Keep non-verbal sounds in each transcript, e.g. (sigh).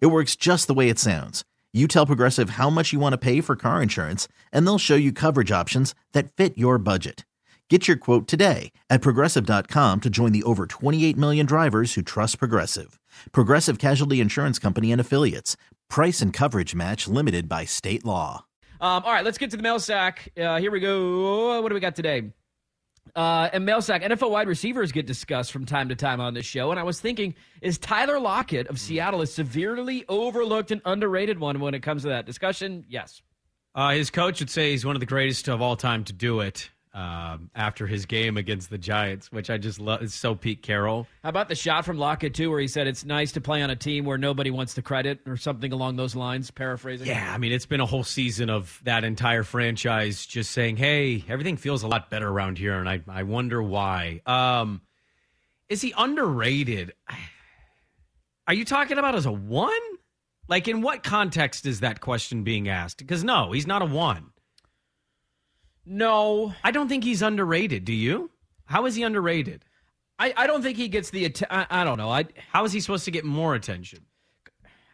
It works just the way it sounds. You tell Progressive how much you want to pay for car insurance, and they'll show you coverage options that fit your budget. Get your quote today at progressive.com to join the over 28 million drivers who trust Progressive. Progressive Casualty Insurance Company and Affiliates. Price and coverage match limited by state law. Um, all right, let's get to the mail sack. Uh, here we go. What do we got today? Uh, and mail sack, NFL wide receivers get discussed from time to time on this show. And I was thinking, is Tyler Lockett of Seattle a severely overlooked and underrated one when it comes to that discussion? Yes. Uh, his coach would say he's one of the greatest of all time to do it um, after his game against the Giants, which I just love. It's so Pete Carroll. How about the shot from Lockett, too, where he said it's nice to play on a team where nobody wants the credit or something along those lines, paraphrasing? Yeah, I mean, it's been a whole season of that entire franchise just saying, hey, everything feels a lot better around here, and I, I wonder why. Um, is he underrated? (sighs) Are you talking about as a one? Like, in what context is that question being asked? Because no, he's not a one. No. I don't think he's underrated. Do you? How is he underrated? I, I don't think he gets the att- I, I don't know. I How is he supposed to get more attention?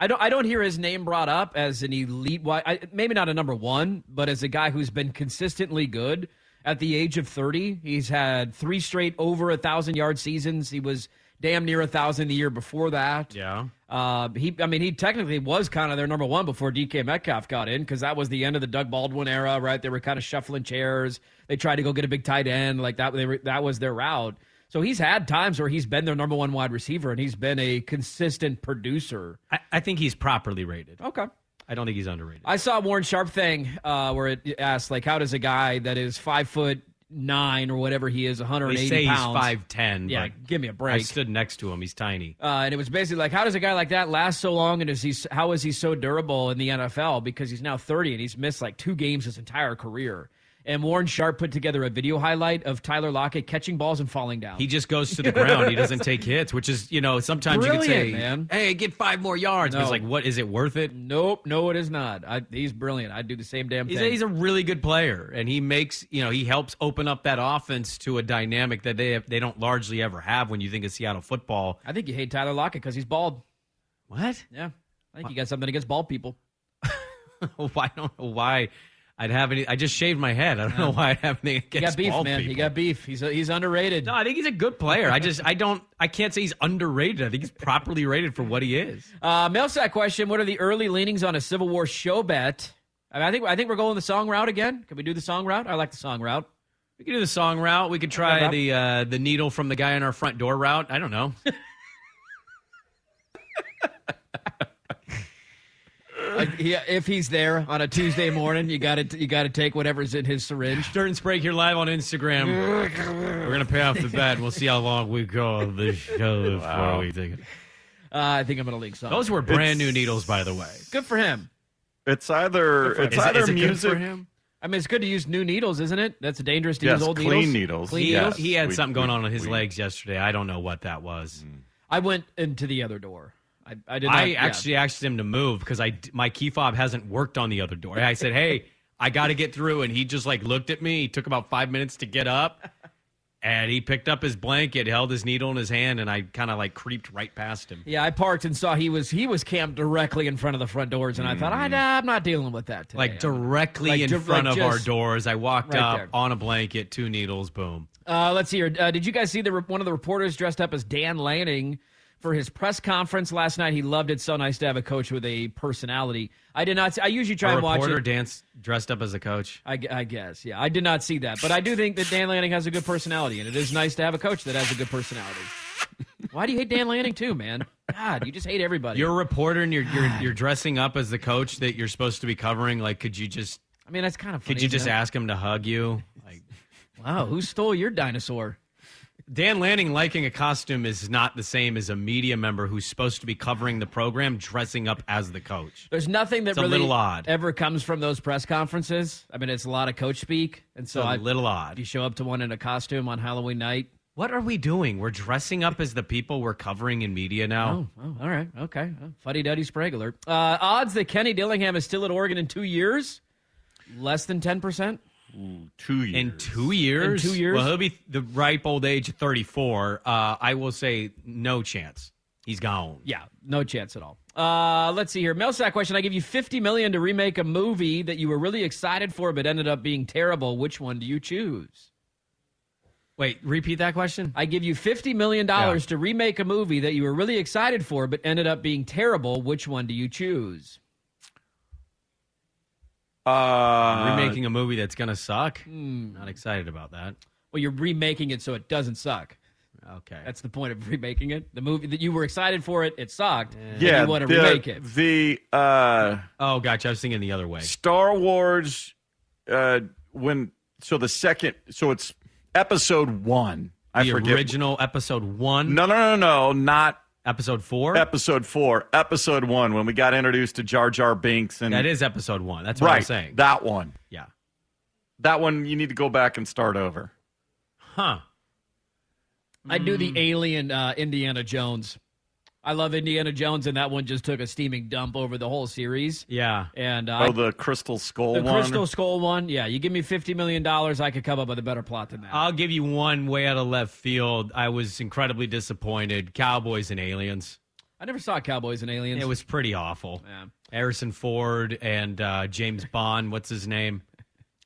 I don't I don't hear his name brought up as an elite wi- I, maybe not a number 1, but as a guy who's been consistently good at the age of 30. He's had three straight over a 1000 yard seasons. He was damn near a 1000 the year before that. Yeah. Uh, he, I mean, he technically was kind of their number one before DK Metcalf got in because that was the end of the Doug Baldwin era, right? They were kind of shuffling chairs. They tried to go get a big tight end, like that. They were, that was their route. So he's had times where he's been their number one wide receiver and he's been a consistent producer. I, I think he's properly rated. Okay. I don't think he's underrated. I saw a Warren Sharp thing uh, where it asked like, how does a guy that is five foot nine or whatever he is, 180 they say pounds, he's five ten. yeah, give me a break. I stood next to him. He's tiny. Uh, and it was basically like, how does a guy like that last so long, and is he how is he so durable in the NFL? Because he's now 30 and he's missed like two games his entire career. And Warren Sharp put together a video highlight of Tyler Lockett catching balls and falling down. He just goes to the ground. (laughs) He doesn't take hits, which is you know sometimes you could say, Brilliant, man. "Hey, get five more yards." But it's No. like, what is it worth it? nope, no, it is not. I, he's brilliant. I'd do the same damn thing. He's a, he's a really good player, and he makes you know he helps open up that offense to a dynamic that they have, they don't largely ever have when you think of Seattle football. I think you hate Tyler Lockett because he's bald. What? (laughs) Yeah, I think you got something against bald people. why I don't know why I'd have any. I just shaved my head. I don't know why I have anything He got against beef, bald man. He people. got beef. He's he's underrated. No, I think he's a good player. I just I don't I can't say he's underrated. I think he's properly rated for what he is. Uh, mail sack question: What are the early leanings on a Civil War show bet? I, mean, I think I think we're going the song route again. Can we do the song route? I like the song route. We could do the song route. We could Yeah, try Rob. the uh, the needle from the guy in our front door route. I don't know. Like, he, if he's there on a Tuesday morning, you got to you got to take whatever's in his syringe. Durden's break here live on Instagram. We're gonna pay off the bet. We'll see how long we go on this show before we take it. Uh, I think I'm gonna leak some. Those were brand new needles, by the way. good for him. It's either it's Is- either is it good music. for him. I mean, it's good to use new needles, isn't it? That's dangerous to Yes, use old clean needles. needles. Clean He, Yes. needles. he had We- something going on in his we- Mm. legs yesterday. I don't know what that was. I went into the other door. I, I did. Not, I yeah. actually asked him to move because I my key fob hasn't worked on the other door. I said, "Hey, I got to get through," and he just like looked at me. He took about five minutes to get up, and he picked up his blanket, held his needle in his hand, and I kind of like creeped right past him. Yeah, I parked and saw he was he was camped directly in front of the front doors, and I thought, I, nah, I'm not dealing with that today. Mm. Like directly Like, in di- front like of our just doors, I walked right up there. on a blanket, two needles, boom. Uh, let's see here. Uh, did you guys see the re- one of the reporters dressed up as Dan Lanning for his press conference last night? He loved it. So nice to have a coach with a personality. I did not. See, I usually try A and watch reporter it. danced dressed up as a coach. I, gu- I guess, yeah. I did not see that, but I do think that Dan Lanning has a good personality, and it is nice to have a coach that has a good personality. (laughs) Why do you hate Dan Lanning too, man? God, you just hate everybody. You're a reporter, and you're (sighs) you're, you're dressing up as the coach that you're supposed to be covering. Like, could you just I mean, that's kind of funny. could you just isn't it? ask him to hug you? Like. Wow, who stole your dinosaur? Dan Lanning liking a costume is not the same as a media member who's supposed to be covering the program dressing up as the coach. There's nothing that It's a really little odd. ever comes from those press conferences. I mean, it's a lot of coach speak, and So so a I, little odd. you show up to one in a costume on Halloween night. What are we doing? We're dressing up as the people we're covering in media now. Oh, oh all right, okay, oh, fuddy duddy sprig alert. Uh, odds that Kenny Dillingham is still at Oregon in two years, less than ten percent. Two years. In two years? In two years? Well, he'll be the ripe old age of 34. Uh, I will say no chance. He's gone. Yeah, no chance at all. Uh, let's see here. Mail sack question. I give you fifty million to remake a movie that you were really excited for, but ended up being terrible. Which one do you choose? Wait, repeat that question? I give you fifty million dollars to remake a movie that you were really excited for, but ended up being terrible. Which one do you choose? Uh, Hmm. Remaking a movie that's going to suck? Not excited about that. Well, you're remaking it so it doesn't suck. Okay. That's the point of (laughs) remaking it. The movie that you were excited for it, it sucked. and yeah, you want to the, remake it. The uh, oh, gotcha. I was thinking the other way. Star Wars uh, when so the second so it's episode one. I the forget. original episode one, No, no, no, no, not episode four. episode four. Episode one when we got introduced to Jar Jar Binks and that is episode one. That's what right. I'm saying. That one. yeah. That one you need to go back and start over. Huh. I do the alien uh, Indiana Jones. I love Indiana Jones, and that one just took a steaming dump over the whole series. Yeah. And uh, oh, the Crystal Skull the one. Crystal Skull one, yeah. You give me fifty million dollars, I could come up with a better plot than that. I'll give you one way out of left field. I was incredibly disappointed. Cowboys and Aliens. I never saw Cowboys and Aliens. It was pretty awful. Yeah. Harrison Ford and uh, James Bond. What's his name?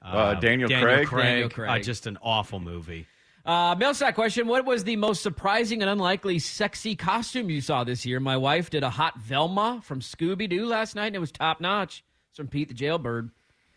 Uh, Daniel Craig? Daniel Craig. Craig. Uh, just an awful movie. Uh, mail sack question: What was the most surprising and unlikely sexy costume you saw this year? My wife did a hot Velma from Scooby Doo last night, and it was top notch. It's from Pete the Jailbird.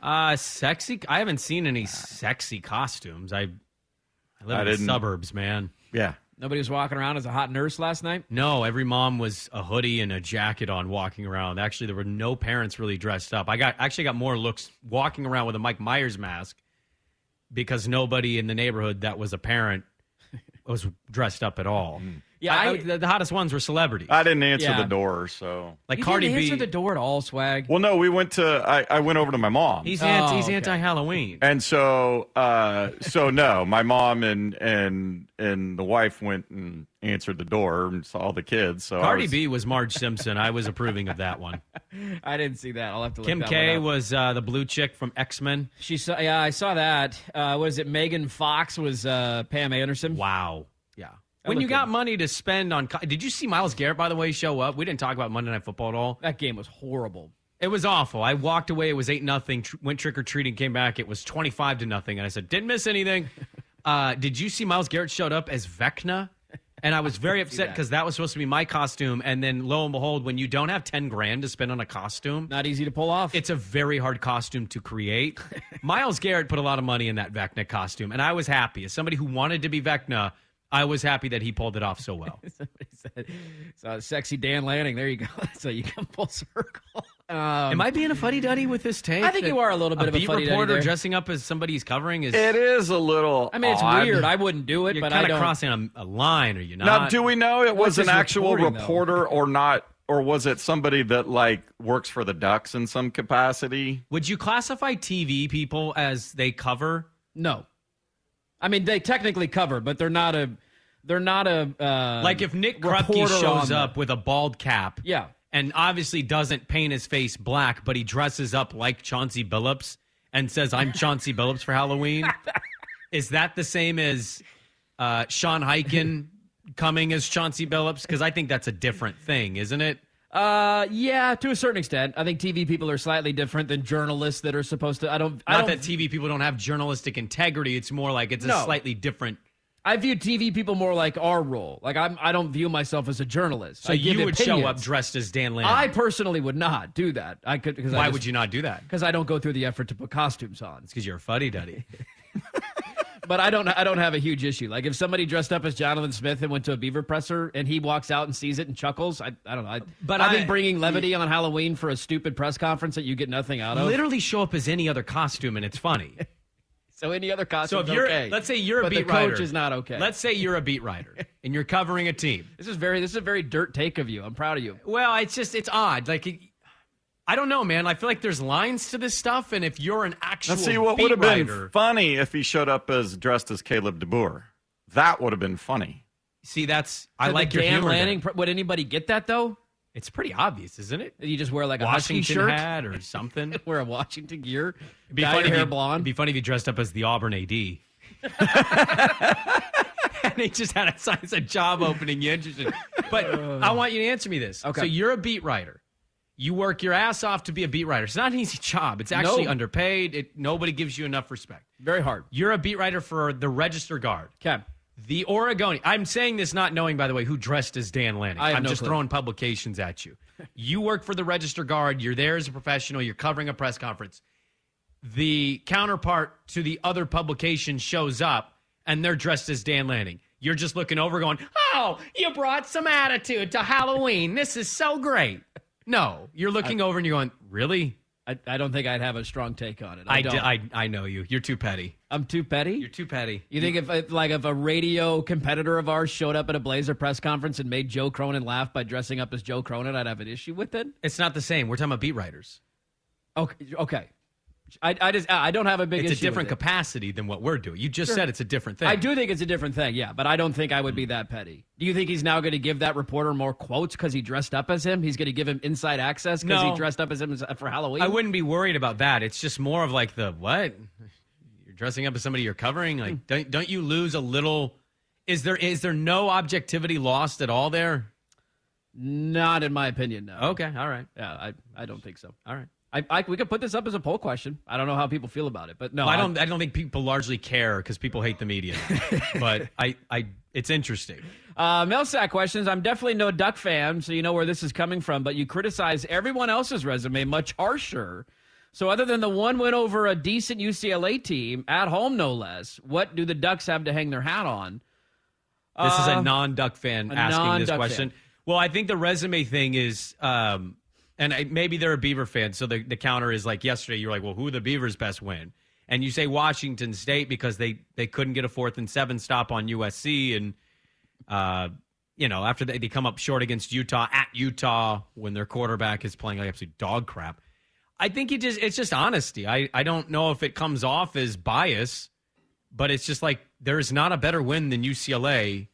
Uh, sexy. I haven't seen any sexy costumes. I, I live I in the didn't. suburbs, man. yeah. Nobody was walking around as a hot nurse last night. No, every mom was a hoodie and a jacket on walking around. Actually, there were no parents really dressed up. I got actually got more looks walking around with a Mike Myers mask because nobody in the neighborhood that was (laughs) a parent was dressed up at all. Mm. Yeah, I- I- I- the, the hottest ones were celebrities. I didn't answer Yeah. the door, so like you Cardi didn't B. answer the door at all, swag. well, no, we went to I, I went over to my mom. he's Oh, anti, he's okay. anti Halloween. And so, uh, so no, my mom and and and the wife went and answered the door and saw the kids. So I Cardi was- B was Marge Simpson. I was approving of (laughs) that one. I didn't see that. I'll have to. Look Kim that K one up. was uh, the blue chick from X Men. She saw. Yeah, I saw that. Uh, what is it? Megan Fox was uh, Pam Anderson. Wow. Yeah. When look you got good. money to spend on, co- did you see Miles Garrett by the way show up? We didn't talk about Monday Night Football at all. That game was horrible. It was awful. I walked away. It was eight nothing. Tr- went trick or treating. Came back. It was twenty five to nothing. And I said, didn't (laughs) miss anything. Uh, did you see Miles Garrett showed up as Vecna? (laughs) And I was very upset because that was supposed to be my costume. And then lo and behold, when you don't have ten grand to spend on a costume, Not easy to pull off. (laughs) it's a very hard costume to create. Miles Garrett put a lot of money in that Vecna costume, and I was happy as somebody who wanted to be Vecna. I was happy that he pulled it off (laughs) so well. Somebody said, so sexy Dan Lanning. There you go. (laughs) so you come full circle. (laughs) Um, Am I being a fuddy duddy with this take? I think that you are a little bit of a beat fuddy-duddy reporter there. dressing up as somebody he's covering is It is a little. I mean, it's odd. weird. I wouldn't do it, You're but I kind of don't. crossing a, a line, are you not? Now, do we know it What's was an his actual reporting, though? reporter or not, or was it somebody that like works for the Ducks in some capacity? Would you classify TV people as they cover? no, I mean they technically cover, but they're not a. They're not a. Uh, like if Nick reporter Krupke on shows the- up with a bald cap, Yeah. and obviously doesn't paint his face black, but he dresses up like Chauncey Billups and says, "I'm Chauncey Billups for (laughs) Halloween." Is that the same as uh, Sean Hyken coming as Chauncey Billups? Because I think that's a different thing, isn't it? Uh, yeah, to a certain extent, I think TV people are slightly different than journalists that are supposed to. I don't. I don't Not that TV people don't have journalistic integrity. It's more like it's No. a slightly different I view TV people more like our role. Like I'm, I don't view myself as a journalist. So I give you would show up opinions. dressed as Dan Lanning. I personally would not do that. I could because Why I just, would you not do that? It's Because I don't go through the effort to put costumes on. because you're a fuddy duddy. But I don't, I don't have a huge issue. Like if somebody dressed up as Jonathan Smith and went to a beaver presser and he walks out and sees it and chuckles, I, I don't know. I, But I I- think bringing levity on Halloween for a stupid press conference that you get nothing out of. (laughs) Literally show up as any other costume and it's funny. So any other So costume? if you're, okay. let's say you're a but beat the coach writer, is not okay. Let's say you're a (laughs) beat writer and you're covering a team. This is very this is a very dirt take of you. I'm proud of you. Well, it's just it's odd. Like, it, I don't know, man. I feel like there's lines to this stuff, and if you're an actual Now, see what beat would have been writer, funny if he showed up as dressed as Caleb DeBoer. That would have been funny. see that's I Did the like your Dan humor. there. Lanning. pr- Would anybody get that though? It's pretty obvious, isn't it? That You just wear like a Husky Washington shirt, hat or (laughs) something. It'd wear a Washington gear, be dye funny your if hair he- blonde. It'd be funny if he dressed up as the Auburn AD. (laughs) and he just had a sign that said job opening. You interested? But I want you to answer me this. Okay. So you're a beat writer. You work your ass off to be a beat writer. It's not an easy job. It's actually No. underpaid. It, nobody gives you enough respect. very hard. You're a beat writer for the Register Guard. Okay. The Oregonian. I'm saying this not knowing, by the way, who dressed as Dan Lanning. I have I'm no just clue. throwing publications at you. You work for the Register Guard. You're there as a professional. You're covering a press conference. The counterpart to the other publication shows up, and they're dressed as Dan Lanning. You're just looking over, going, "Oh, you brought some attitude to Halloween. This is so great." No, you're looking over and you're going, "Really? I, I don't think I'd have a strong take on it. I, I, don't. di- I, I know you. You're too petty. I'm too petty. You're too petty." You think if, if like if a radio competitor of ours showed up at a Blazer press conference and made Joe Cronin laugh by dressing up as Joe Cronin, I'd have an issue with it. It's not the same. We're talking about beat writers. Okay, okay. I, I just I don't have a big. it's a issue different with it. capacity than what we're doing. You just said it's a different thing. I do think it's a different thing, yeah, but I don't think I would be that petty. Do you think he's now going to give that reporter more quotes because he dressed up as him? He's going to give him inside access because No. he dressed up as him as- uh, for Halloween? I wouldn't be worried about that. It's just more of like the what you're dressing up as somebody you're covering. Hmm. Like, don't don't you lose a little? Is there is there no objectivity lost at all there? Not in my opinion, no. Okay, all right, Yeah, I, I don't think so. all right. I, I, we could put this up as a poll question. I don't know how people feel about it, but no. Well, I don't I don't think people largely care because people hate (laughs) the media, but I I it's interesting. Uh, Millsack questions. I'm definitely no Duck fan, so you know where this is coming from, but you criticize everyone else's resume much harsher. So, other than the one win over a decent UCLA team, at home no less, what do the Ducks have to hang their hat on? This is a non Duck fan Uh, a asking this non-Duck question. fan. Well, I think the resume thing is, um, and I, maybe they're a Beaver fan. So the, the counter is like yesterday, you were like, well, who the Beavers best win? And you say Washington State because they, they couldn't get a fourth and seven stop on USC. And, uh, you know, after they, they come up short against Utah at Utah when their quarterback is playing like absolute dog crap. I think it just it's just honesty. I, I don't know if it comes off as bias, but it's just like there is not a better win than UCLA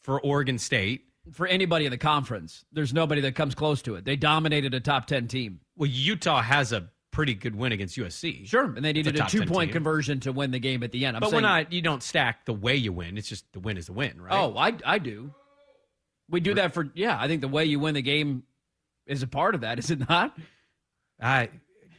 for Oregon State. For anybody in the conference, there's nobody that comes close to it. They dominated a top 10 team. Well, Utah has a pretty good win against USC. Sure. And they needed a, top 10 two point team. conversion to win the game at the end. I'm But saying, we're not you don't stack the way you win. It's just the win is the win, right? Oh, I, I do. We do that for, yeah, I think the way you win the game is a part of that, is it not? I,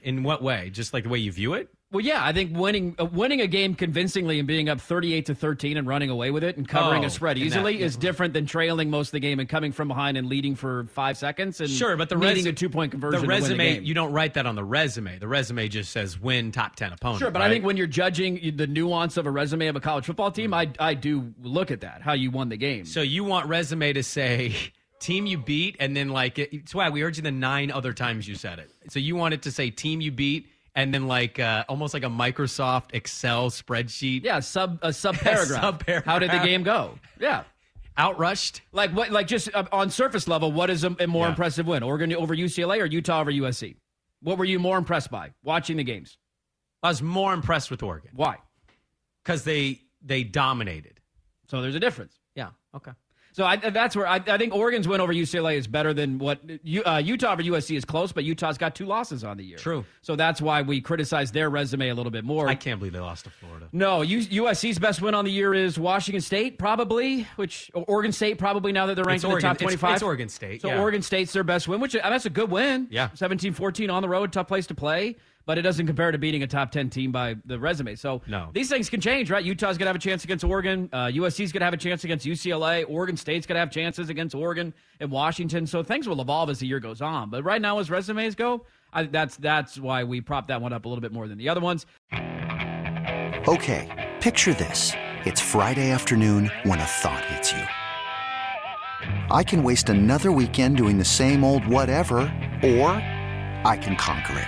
in what way? Just like the way you view it? Well, yeah, I think winning uh, winning a game convincingly and being up thirty eight to thirteen and running away with it and covering Oh, a spread and that- easily is different than trailing most of the game and coming from behind and leading for five seconds and Sure, but the needing res- a two point conversion. The to win resume game. you don't write that on the resume. The resume just says win top ten opponent. Sure, but I right? think when you're judging the nuance of a resume of a college football team, I I do look at that how you won the game. Mm-hmm. So you want resume to say team you beat, and then like it- it's why we heard you the nine other times you said it. So you want it to say team you beat, and then like uh, almost like a Microsoft Excel spreadsheet. yeah, (laughs) sub a sub paragraph. Subparagraph. How did the game go? Yeah. outrushed. Like what? Like just uh, on surface level, what is a, a more Yeah. impressive win? Oregon over UCLA or Utah over USC? What were you more impressed by watching the games? I was more impressed with Oregon Why? because they they dominated. So there's a difference. Yeah. Okay. So I, that's where I, I think Oregon's win over UCLA is better than what U, uh, Utah over USC is close, but Utah's got two losses on the year. True. So that's why we criticize their resume a little bit more. I can't believe they lost to Florida. no, U, USC's best win on the year is Washington State, probably, which or Oregon State probably now that they're ranked It's in Oregon. the top It's- 25. it's Oregon State, So yeah. Oregon State's their best win, which uh, that's a good win. Yeah. 17 14 on the road, tough place to play, but it doesn't compare to beating a top 10 team by the resume. So No. these things can change, right? Utah's going to have a chance against Oregon. Uh, USC's going to have a chance against UCLA. Oregon State's going to have chances against Oregon and Washington. So things will evolve as the year goes on. But right now, as resumes go, I, that's that's why we prop that one up a little bit more than the other ones. Okay, picture this. It's Friday afternoon when a thought hits you. I can waste another weekend doing the same old whatever, or I can conquer it.